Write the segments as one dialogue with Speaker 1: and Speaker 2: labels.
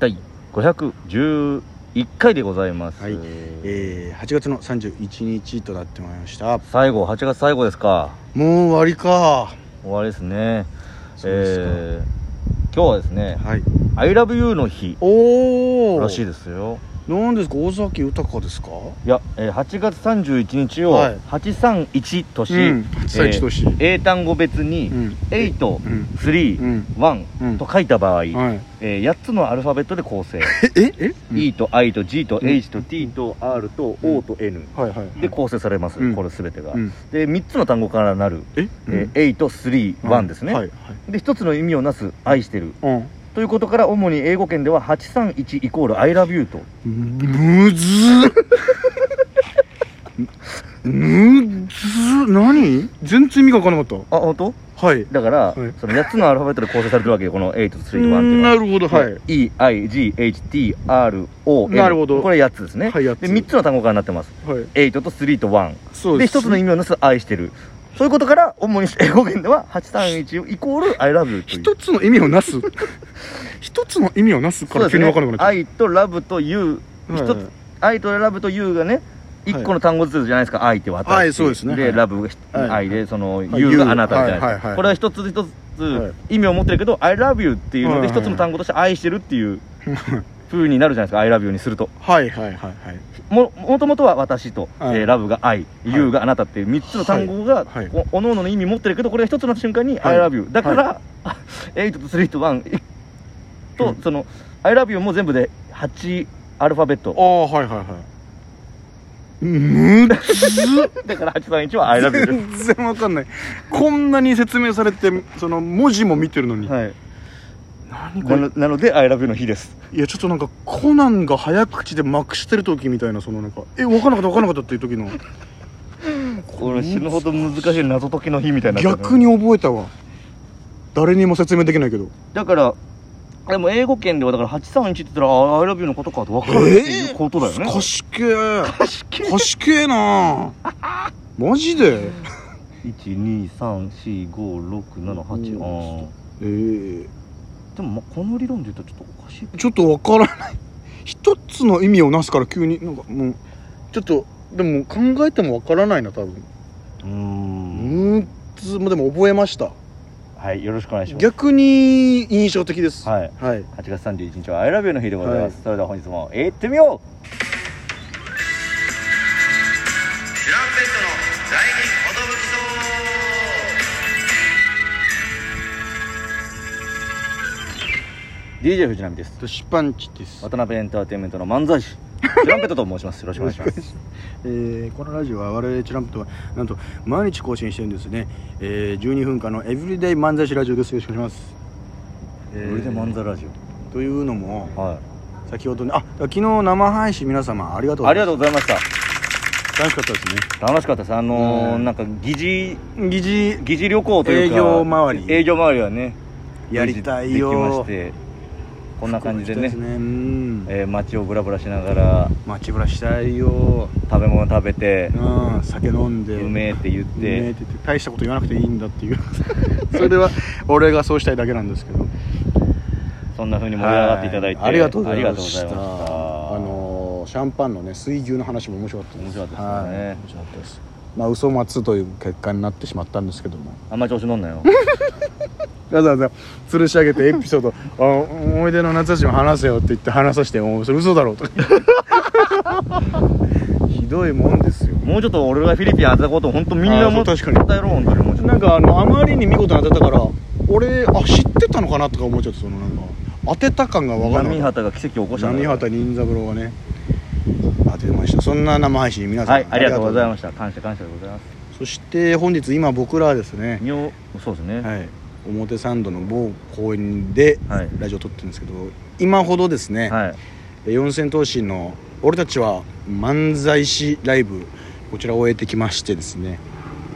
Speaker 1: 第511回でございます、
Speaker 2: はいえー、8月の31日となってまいりました
Speaker 1: 最後8月最後ですか
Speaker 2: もう終わりか
Speaker 1: 終わりですね
Speaker 2: そうですか
Speaker 1: えー今日はですね
Speaker 2: はい
Speaker 1: 「ILOVEYOU」の日
Speaker 2: おお
Speaker 1: らしいですよ
Speaker 2: 何ですか大崎豊ですか
Speaker 1: いや、えー8月31日を
Speaker 2: はい
Speaker 1: 831とし、
Speaker 2: うん831とし
Speaker 1: えー英単語別に
Speaker 2: うんうんう
Speaker 1: 831
Speaker 2: んうん
Speaker 1: と書いた場合、
Speaker 2: はい
Speaker 1: え8つのアルファベットで構成
Speaker 2: えええ、うん
Speaker 1: E と I と G と
Speaker 2: うん
Speaker 1: H と T と R と O と N
Speaker 2: はいはい
Speaker 1: で構成されます、
Speaker 2: うん
Speaker 1: これ全てが、
Speaker 2: うん
Speaker 1: で3つの単語からなる、
Speaker 2: え
Speaker 1: えー、831ですね、
Speaker 2: はいはい
Speaker 1: で1つの意味をなす「愛してる
Speaker 2: うん」
Speaker 1: ということから主に英語圏では831イコール「ILOVEYOU」と
Speaker 2: むずっむずっ何全然意味が分からなかっ
Speaker 1: あ本当？
Speaker 2: たはい
Speaker 1: だから、
Speaker 2: はい
Speaker 1: その8つのアルファベットで構成されてるわけよこの831って
Speaker 2: う
Speaker 1: いうの
Speaker 2: ん
Speaker 1: は
Speaker 2: なるほどはい、
Speaker 1: EIGHTRON
Speaker 2: なるほど
Speaker 1: これ8つですね、
Speaker 2: はいやつ
Speaker 1: で3つの単語からなってます
Speaker 2: はい
Speaker 1: 8と3と1
Speaker 2: そう
Speaker 1: で
Speaker 2: で
Speaker 1: 一
Speaker 2: す
Speaker 1: つの意味をなす愛してるそういうことから主に英語圏では831イコール I love you という
Speaker 2: 一つの意味 をなす一つの意味をなすから急に分からなくなっち
Speaker 1: 愛と love と you
Speaker 2: ゃ
Speaker 1: 一
Speaker 2: う
Speaker 1: つ、愛と love と you がね一個の単語ずつじゃないですか、愛って私
Speaker 2: はいそうですね
Speaker 1: で、
Speaker 2: はい
Speaker 1: love がひ、
Speaker 2: はい
Speaker 1: 愛でその、
Speaker 2: はい
Speaker 1: you
Speaker 2: you
Speaker 1: があなたみたいな、
Speaker 2: はいはいはい
Speaker 1: これは一つ一
Speaker 2: は
Speaker 1: つ意味を持ってるけど、I love you っていうの
Speaker 2: は
Speaker 1: で
Speaker 2: いはい
Speaker 1: 一つの単語として愛してるって いう風になるじゃないですか、I love you にすると
Speaker 2: はいはいはいはいはい
Speaker 1: ももともとは私と、
Speaker 2: はい
Speaker 1: えーラブが愛、ユーがあなたっていう3つの単語が、
Speaker 2: はいはい
Speaker 1: おおのおのの意味持ってるけどこれが1つの瞬間に「
Speaker 2: はい
Speaker 1: I love you」だから、8と3と1と、
Speaker 2: うん
Speaker 1: その「I love you」も全部で8アルファベッ
Speaker 2: あ
Speaker 1: ト
Speaker 2: あはいはいはいむずっ
Speaker 1: だから831は「I love you
Speaker 2: 全然わかんないこんなに説明されてその文字も見てるの」に、
Speaker 1: はい、
Speaker 2: 何こ
Speaker 1: な
Speaker 2: れ
Speaker 1: のなので「I love you」の日です
Speaker 2: いやちょっとなんかコナンが早口でまくしてる時みたいなそのなんかえ分からなかった分からなかったっていう時の
Speaker 1: これ死ぬほど難しい謎解きの日みたいになってる
Speaker 2: 逆に覚えたわ誰にも説明できないけど
Speaker 1: だからでも英語圏ではだから831って言ったら「あ I love you」のことかと分かるっていうことだよね、
Speaker 2: 賢え賢えなマジで
Speaker 1: 1234567ああ
Speaker 2: えー、
Speaker 1: でもまあこの理論で言うとちょっとおかしい
Speaker 2: ちょっとわからない 一つの意味をなすから急になんかもうちょっとでも考えてもわからないな多分
Speaker 1: うー
Speaker 2: うんーんつまあでも覚えました
Speaker 1: はいよろしくお願いします
Speaker 2: 逆に印象的です
Speaker 1: はい
Speaker 2: はい
Speaker 1: 8月31日は「アイラブ u の日でございます、
Speaker 2: は
Speaker 1: それでは本日も行ってみようチュランペットの第二 DJ 藤波です
Speaker 2: とシパンチです、
Speaker 1: 渡辺エンターテインメントの漫 才師チュランペットと申しますよろしくお願いします
Speaker 2: えーこのラジオは我々チュランプとはなんと毎日更新してるんですね、えー、12分間のエブリデイ漫才師ラジオですよろしくお願いしますえー
Speaker 1: これで漫才ラジ
Speaker 2: というのも
Speaker 1: オはい
Speaker 2: 先ほどねあ昨日生配信皆様ありがとう
Speaker 1: ありがと
Speaker 2: う
Speaker 1: うございました
Speaker 2: 楽しかったですね
Speaker 1: 楽しかったですあのー
Speaker 2: うん
Speaker 1: なんか疑似
Speaker 2: 疑似
Speaker 1: 疑似旅行というか
Speaker 2: 営業回り
Speaker 1: 営業周りはね
Speaker 2: やりたい
Speaker 1: できまし
Speaker 2: よ
Speaker 1: てこんな感じで
Speaker 2: 行
Speaker 1: ね
Speaker 2: きたいすうん
Speaker 1: えー街をぶらぶらしながら
Speaker 2: 街ぶらしたいよ
Speaker 1: 食べ物食べて
Speaker 2: うん酒飲んで
Speaker 1: うめえって言っ
Speaker 2: うめ
Speaker 1: て
Speaker 2: えって言って大したこと言わなくていいんだっていう それは俺がそうしたいだけなんですけど
Speaker 1: そんな風に盛り上がっていただいて
Speaker 2: はありがとうございまし
Speaker 1: あ
Speaker 2: た
Speaker 1: りがとうございました
Speaker 2: あのーシャンパンのね水牛の話も面白かったです
Speaker 1: 面白かったですね
Speaker 2: はい面白かったですまあ嘘待つという結果になってしまったんですけども
Speaker 1: あんま調子乗んなよ
Speaker 2: わざわざ吊るし上げてエピソード 「あ思い出の夏休み話せよ」って言って話させて「おうそれ嘘だ ろ」とかひどいもんですよ
Speaker 1: もうちょっと俺がフィリピンあざこと本当みんなも
Speaker 2: あーそう確かに
Speaker 1: 伝えろ本当にもうちょっ
Speaker 2: なんかあのあまりに見事に当てたから俺あ知ってたのかなとか思っちゃってそのなんか当てた感が
Speaker 1: と
Speaker 2: 分から
Speaker 1: 波
Speaker 2: なかっ
Speaker 1: 畑が奇跡を起こしたたんだ
Speaker 2: 波
Speaker 1: から
Speaker 2: 畑任三郎がね当てましたそんな生配信皆さん、
Speaker 1: はいありがとうございま
Speaker 2: し
Speaker 1: した感謝感謝でございます
Speaker 2: たそして本日今僕らはですね、
Speaker 1: みょうそうですね
Speaker 2: はい、表参道の某公園で
Speaker 1: はい
Speaker 2: ラジオ撮ってるんですけど今ほどですね、
Speaker 1: はい
Speaker 2: 四千頭身の俺たちは漫才師ライブこちらを終えてきましてですね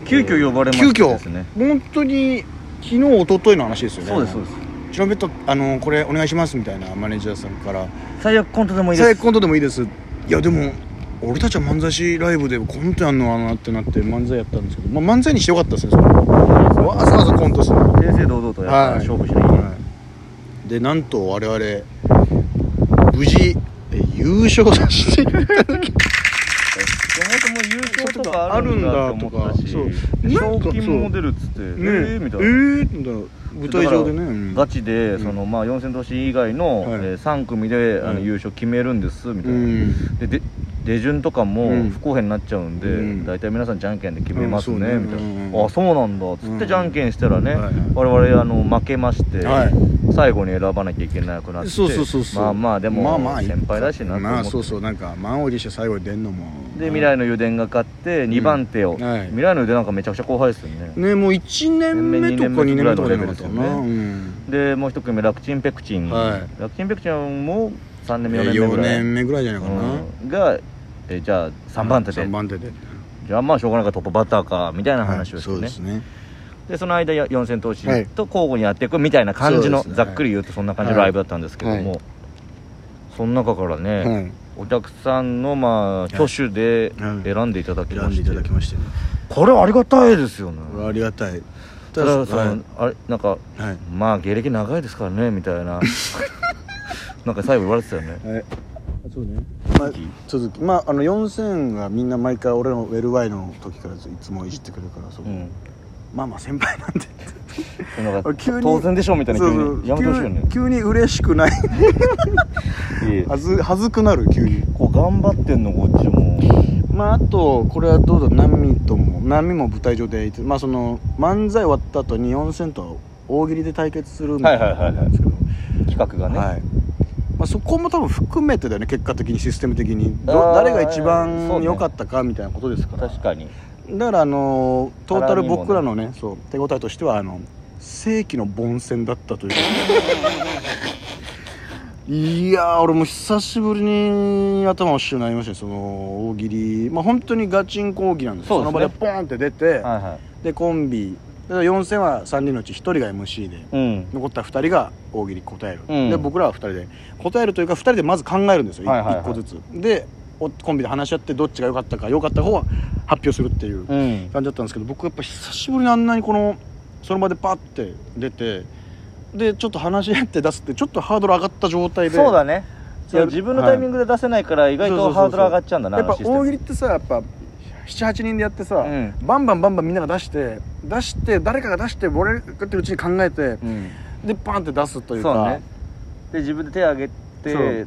Speaker 1: 急遽呼ばれま
Speaker 2: 急
Speaker 1: した
Speaker 2: 遽
Speaker 1: ですね
Speaker 2: 本当に昨日一昨日の話ですよね
Speaker 1: そうですそうです
Speaker 2: チロンペットあのこれお願いしますみたいなマネージャーさんから
Speaker 1: 最悪コントでもいいです
Speaker 2: 最悪コントでもいいですいやでも俺たちは漫才師ライブでコントやんのあなってなって漫才やったんですけど、まあ、漫才にしてよかったですねそれはわざわざコントする
Speaker 1: 正々堂々とやっぱ
Speaker 2: はい
Speaker 1: 勝負しなきゃいけない
Speaker 2: でなんと我々無事、えー優勝させていただき
Speaker 1: も優勝とかあるんだと思ったし
Speaker 2: そうなん
Speaker 1: 賞
Speaker 2: か
Speaker 1: 金も出るっつ ってえ
Speaker 2: ね
Speaker 1: ーみたい
Speaker 2: え
Speaker 1: な
Speaker 2: ーみたいな舞台上でねうん
Speaker 1: ガチで、
Speaker 2: うん
Speaker 1: そのまあ4000都市以外の、
Speaker 2: はい
Speaker 1: え3組であの
Speaker 2: うん
Speaker 1: 優勝決めるんですみた
Speaker 2: う
Speaker 1: いな、
Speaker 2: ん
Speaker 1: でで出順とか
Speaker 2: うん
Speaker 1: も不公平になっちゃうんで、
Speaker 2: うん
Speaker 1: 大体皆さんじゃんけんで決めますね,、
Speaker 2: うんそうね
Speaker 1: みたいな、
Speaker 2: うんうん
Speaker 1: あそうなんだっつっ
Speaker 2: うん
Speaker 1: てじゃんけんしたらね、
Speaker 2: はいはい
Speaker 1: 我々あの負けまして、
Speaker 2: はい
Speaker 1: 最後に選ばなきゃいけなくなって
Speaker 2: そうそうそうそう
Speaker 1: まあまあでも、
Speaker 2: まあまあ
Speaker 1: 先輩だしなと思って、
Speaker 2: まあそうそうなんか満を持して最後に出んのも
Speaker 1: で未来の油田が勝って2番手を、
Speaker 2: うんはい
Speaker 1: 未来の油田なんかめちゃくちゃ後輩ですよね
Speaker 2: ねもう1年目とか2年目とかじゃなかったかな、
Speaker 1: 二でもう一組ラクチンペクチン、
Speaker 2: はい
Speaker 1: ラクチンペクチンも3年目4年目ぐ
Speaker 2: 4
Speaker 1: らい
Speaker 2: 年目ぐらいじゃないかな、
Speaker 1: うんがえじゃあ3番手で、
Speaker 2: 3番手で
Speaker 1: じゃあまあしょうがないからトップバッターかみたいな話をしてね、
Speaker 2: はいそうですね
Speaker 1: でその間や四千頭身
Speaker 2: はい
Speaker 1: と交互にやっていくみたいな感じの、
Speaker 2: そうですね
Speaker 1: ざっくり言うとそんな感じのライブだったんですけども、
Speaker 2: はいは
Speaker 1: その中からね、
Speaker 2: はい
Speaker 1: お客さんのまあ挙手で
Speaker 2: はい
Speaker 1: 選んでいただき
Speaker 2: 選
Speaker 1: ま
Speaker 2: んで
Speaker 1: し
Speaker 2: い
Speaker 1: て、
Speaker 2: ただきましてね
Speaker 1: これはありがたいですよね
Speaker 2: これはありがたい
Speaker 1: ただその、
Speaker 2: はい
Speaker 1: あれなんか
Speaker 2: はい
Speaker 1: まあ芸歴長いですからねみたいな なんか最後言われてたよね
Speaker 2: はいそうねまあ続きまああの4000がみんな毎回俺のウェルワイの時からいつもいじってくれるからそうこ、
Speaker 1: ん
Speaker 2: まあまあ先輩なんで
Speaker 1: なんか
Speaker 2: 急に
Speaker 1: 当然でしょみたいな急にやめてほしいよね
Speaker 2: 急に急に嬉しくない
Speaker 1: いえ
Speaker 2: はずはずくなる急に
Speaker 1: こう頑張ってんのこっちも
Speaker 2: まああとこれはどうだ波とも波も舞台上でまあその漫才終わった後に4戦と大喜利で対決するみたいな感じなんですけど
Speaker 1: 企画がね、
Speaker 2: はいまあ、そこも多分含めてだよね結果的にシステム的にど
Speaker 1: あー
Speaker 2: 誰が一
Speaker 1: そう
Speaker 2: 番
Speaker 1: ね
Speaker 2: 良かったかみたいなことですから
Speaker 1: 確かに
Speaker 2: だからあのートータル
Speaker 1: 絡みもね
Speaker 2: 僕らのねそう手応えとしてはあの世紀の凡戦だった といういやー俺も久しぶりに頭おしくなりましたねその大喜利まあ本当にガチンコ大喜利なんです
Speaker 1: そうですね
Speaker 2: の場でポーンって出て、
Speaker 1: はいは
Speaker 2: でコンビだから4戦は3人のうち1人が MC で
Speaker 1: いうん
Speaker 2: 残った2人が大喜利答える、
Speaker 1: うん
Speaker 2: で僕らは2人で答えるというか2人でまず考えるんですよ、
Speaker 1: はいはいはい
Speaker 2: 1個ずつでおコンビで話し合ってどっちが良かったか良かった方は発表するってい
Speaker 1: う
Speaker 2: う
Speaker 1: ん
Speaker 2: 感じだったんですけど僕やっぱ久しぶりにあんなにこのその場でパッて出てでちょっと話し合って出すってちょっとハードル上がった状態で
Speaker 1: そうだねい
Speaker 2: や
Speaker 1: や自分のタイミングで出せないから意外とハードル上がっちゃうんだな
Speaker 2: やっぱ
Speaker 1: あの
Speaker 2: 大喜利ってさやっぱ78人でやってさ、
Speaker 1: うん
Speaker 2: バンバンバンバンみんなが出して出して誰かが出して俺がってるうちに考えて
Speaker 1: システムうん
Speaker 2: でパンって出すというか
Speaker 1: そうねで自分で手を挙げ
Speaker 2: そう
Speaker 1: て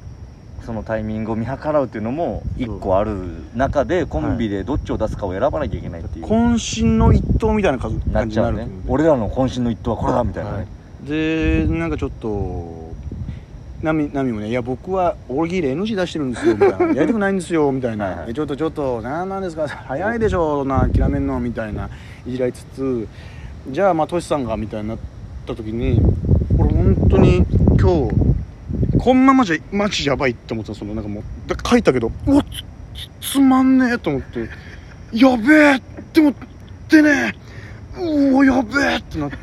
Speaker 1: そのタイミングを見計らうっていうのも一個ある中でコンビでどっちを出すかを選ばなきゃいけないっていう、
Speaker 2: 渾身の一投みたいな感じ
Speaker 1: なっ
Speaker 2: 感じ
Speaker 1: ちゃ
Speaker 2: にな
Speaker 1: う
Speaker 2: る
Speaker 1: ね俺らの渾身の一投はこれだみたいなね、
Speaker 2: はいでなんかちょっとナミナミもね「いや僕は大喜利 NG 出してるんですよ」みたい な「やりたくないんですよ」みたいな
Speaker 1: はいはい
Speaker 2: えちょっとちょっとなんなんですか早いでしょそんな諦めんの」みたいないじられつつじゃあまあトシさんがみたいになった時に俺本当に今日こんなマジマジやばいって思ったそのなんかもうだ書いたけどうわつつまんねえと思ってやべえでもでねうおやべえってなって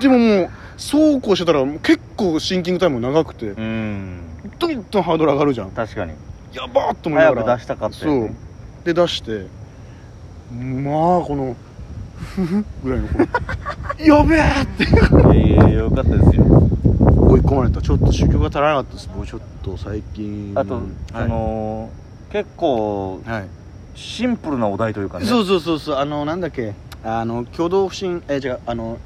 Speaker 2: でももうそうこうしてたらもう結構シンキングタイム長くて
Speaker 1: うん
Speaker 2: どんどんハードル上がるじゃん
Speaker 1: 確かに
Speaker 2: やばーっと思いな
Speaker 1: 早
Speaker 2: が
Speaker 1: く
Speaker 2: ら
Speaker 1: 出したかったよ
Speaker 2: そう
Speaker 1: ね
Speaker 2: で出してまあこのふふぐらいのこの やべえって
Speaker 1: いやいやよかったですよ
Speaker 2: 追い込まれたちょっと修行が足らなかったです僕ちょっと最近
Speaker 1: あと、
Speaker 2: はい
Speaker 1: その結構
Speaker 2: はい
Speaker 1: シンプルなお題というかね
Speaker 2: そうそうそうそうあのなんだっけあの挙動不審え違うあの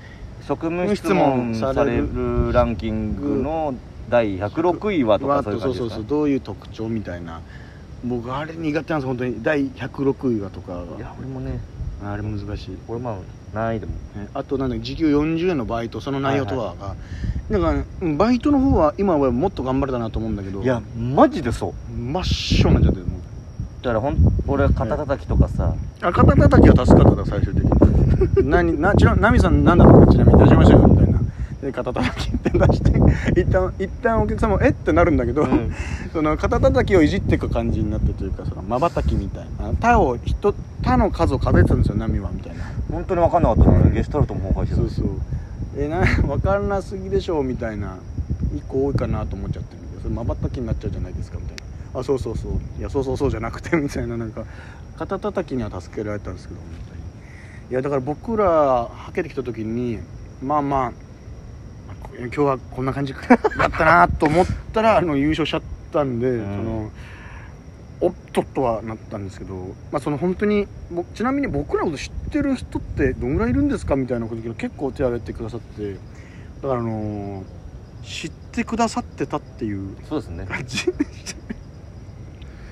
Speaker 1: 職務質問
Speaker 2: 質問
Speaker 1: さ
Speaker 2: され
Speaker 1: れ
Speaker 2: る
Speaker 1: るランキングの第106位はと
Speaker 2: わ
Speaker 1: か
Speaker 2: ー
Speaker 1: そうい
Speaker 2: っと
Speaker 1: う感
Speaker 2: そ
Speaker 1: じで
Speaker 2: うそう
Speaker 1: す
Speaker 2: そう
Speaker 1: か
Speaker 2: どういう特徴みたいな僕あれ苦手なんです本当に第106位はとか
Speaker 1: いや俺もね
Speaker 2: あれ難しい、ね
Speaker 1: 俺まあ何位でも
Speaker 2: あとなんだっけ時給40円のバイトその内容とはが、なんかうんバイトの方は今はもっと頑張れたなと思うんだけど
Speaker 1: いやマジでそう
Speaker 2: 真っ白になっちゃってもう
Speaker 1: だからほん俺は肩叩きとかさ、
Speaker 2: あ肩叩きは助かったな最終的に 何なちなナミさん何だったのちなみに出しましたよみたいなで肩叩きって出して一旦一旦お客様えってなるんだけど、
Speaker 1: うん
Speaker 2: その肩叩きをいじっていく感じになってというかその瞬きみたいな他を人他の数を数えてたんですよナミはみたいな
Speaker 1: 本当に分かんなかったなゲストルトも崩壊してた
Speaker 2: そうそうえな分からなすぎでしょうみたいな一個多いかなと思っちゃってるんでそれ瞬きになっちゃうじゃないですかみたいなあそうそうそういやそうそうそうじゃなくてみたいななんか肩叩きには助けられたんですけど本当にいやだから僕らはけてきた時にまあ まあこ今日はこんな感じだったなと思ったらあの優勝しちゃったったんで、
Speaker 1: ん
Speaker 2: そのおっとっとはなったんですけど、まあ、その本当にぼちなみに僕らのこと知ってる人ってどんぐらいいるんですかみたいなこと聞いたら結構手を挙げてくださってだからあのー知ってくださってたっていう
Speaker 1: そうですね
Speaker 2: 感じ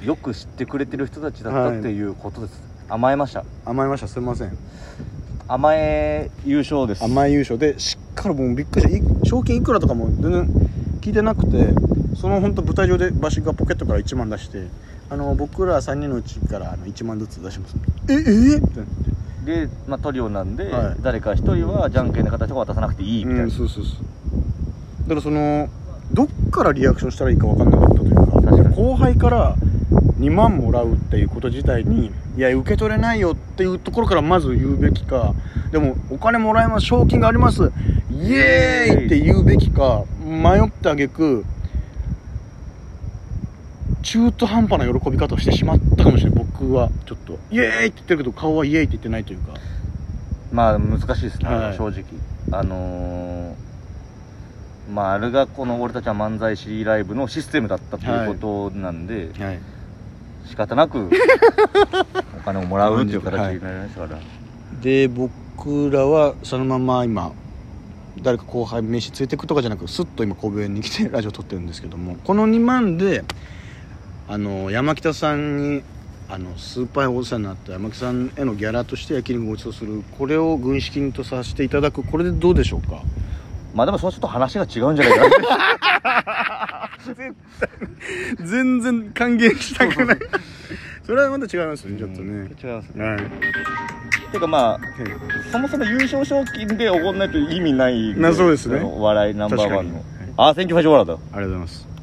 Speaker 1: よく知ってくれてる人たちだったっていうことです、甘えました
Speaker 2: 甘えましたすいません
Speaker 1: 甘え優勝です
Speaker 2: 甘い優勝でしっかりもうびっくりしたい賞金いくらとかも全然聞いてなくてその本当舞台上でバシがポケットから1万出してあの僕ら3人のうちからあの1万ずつ出しますえええみたい
Speaker 1: で、まあ、トリオなんで、
Speaker 2: はい
Speaker 1: 誰か一人はじゃんけんの形を渡さなくていいみたい
Speaker 2: な
Speaker 1: な、
Speaker 2: うんそうそうそうだからそのどっからリアクションしたらいいか分かんなかったというか
Speaker 1: 確かに
Speaker 2: 後輩から2万もらうっていうこと自体にいや受け取れないよっていうところからまず言うべきかでもお金もらえます賞金がありますイエーイって言うべきか迷ってあげく中途半端な喜び方をしてしまったかもしれない僕はちょっとイエーイって言ってるけど顔はイエーイって言ってないというか
Speaker 1: まあ難しいですね、
Speaker 2: はい
Speaker 1: 正直あのーまああれがこの俺たちは漫才シライブのシステムだったということなんで、
Speaker 2: はい
Speaker 1: 仕方な くお金をもらうっていう形になりました から、
Speaker 2: で僕らはそのまま今誰か後輩飯ついてくとかじゃなくスッと今神戸に来て ラジオ撮ってるんですけどもこの2万であの山北さんにあのスーパーお世話になった山北さんへのギャラとして焼き肉をごちそうするこれを軍資金とさせていただくこれでどうでしょうか
Speaker 1: まあでもそうすると話が違うんじゃないかな
Speaker 2: 全然還元したくない それはまた違います ねちょっと
Speaker 1: うん違い
Speaker 2: ね、
Speaker 1: ますね
Speaker 2: はい
Speaker 1: てかまあそもそも優勝賞金でおごんないと意味ない
Speaker 2: なそうですね
Speaker 1: お笑いナンバーワンの
Speaker 2: 確かにはい
Speaker 1: ああ選挙ファイジョーラーだ
Speaker 2: ありがとうございます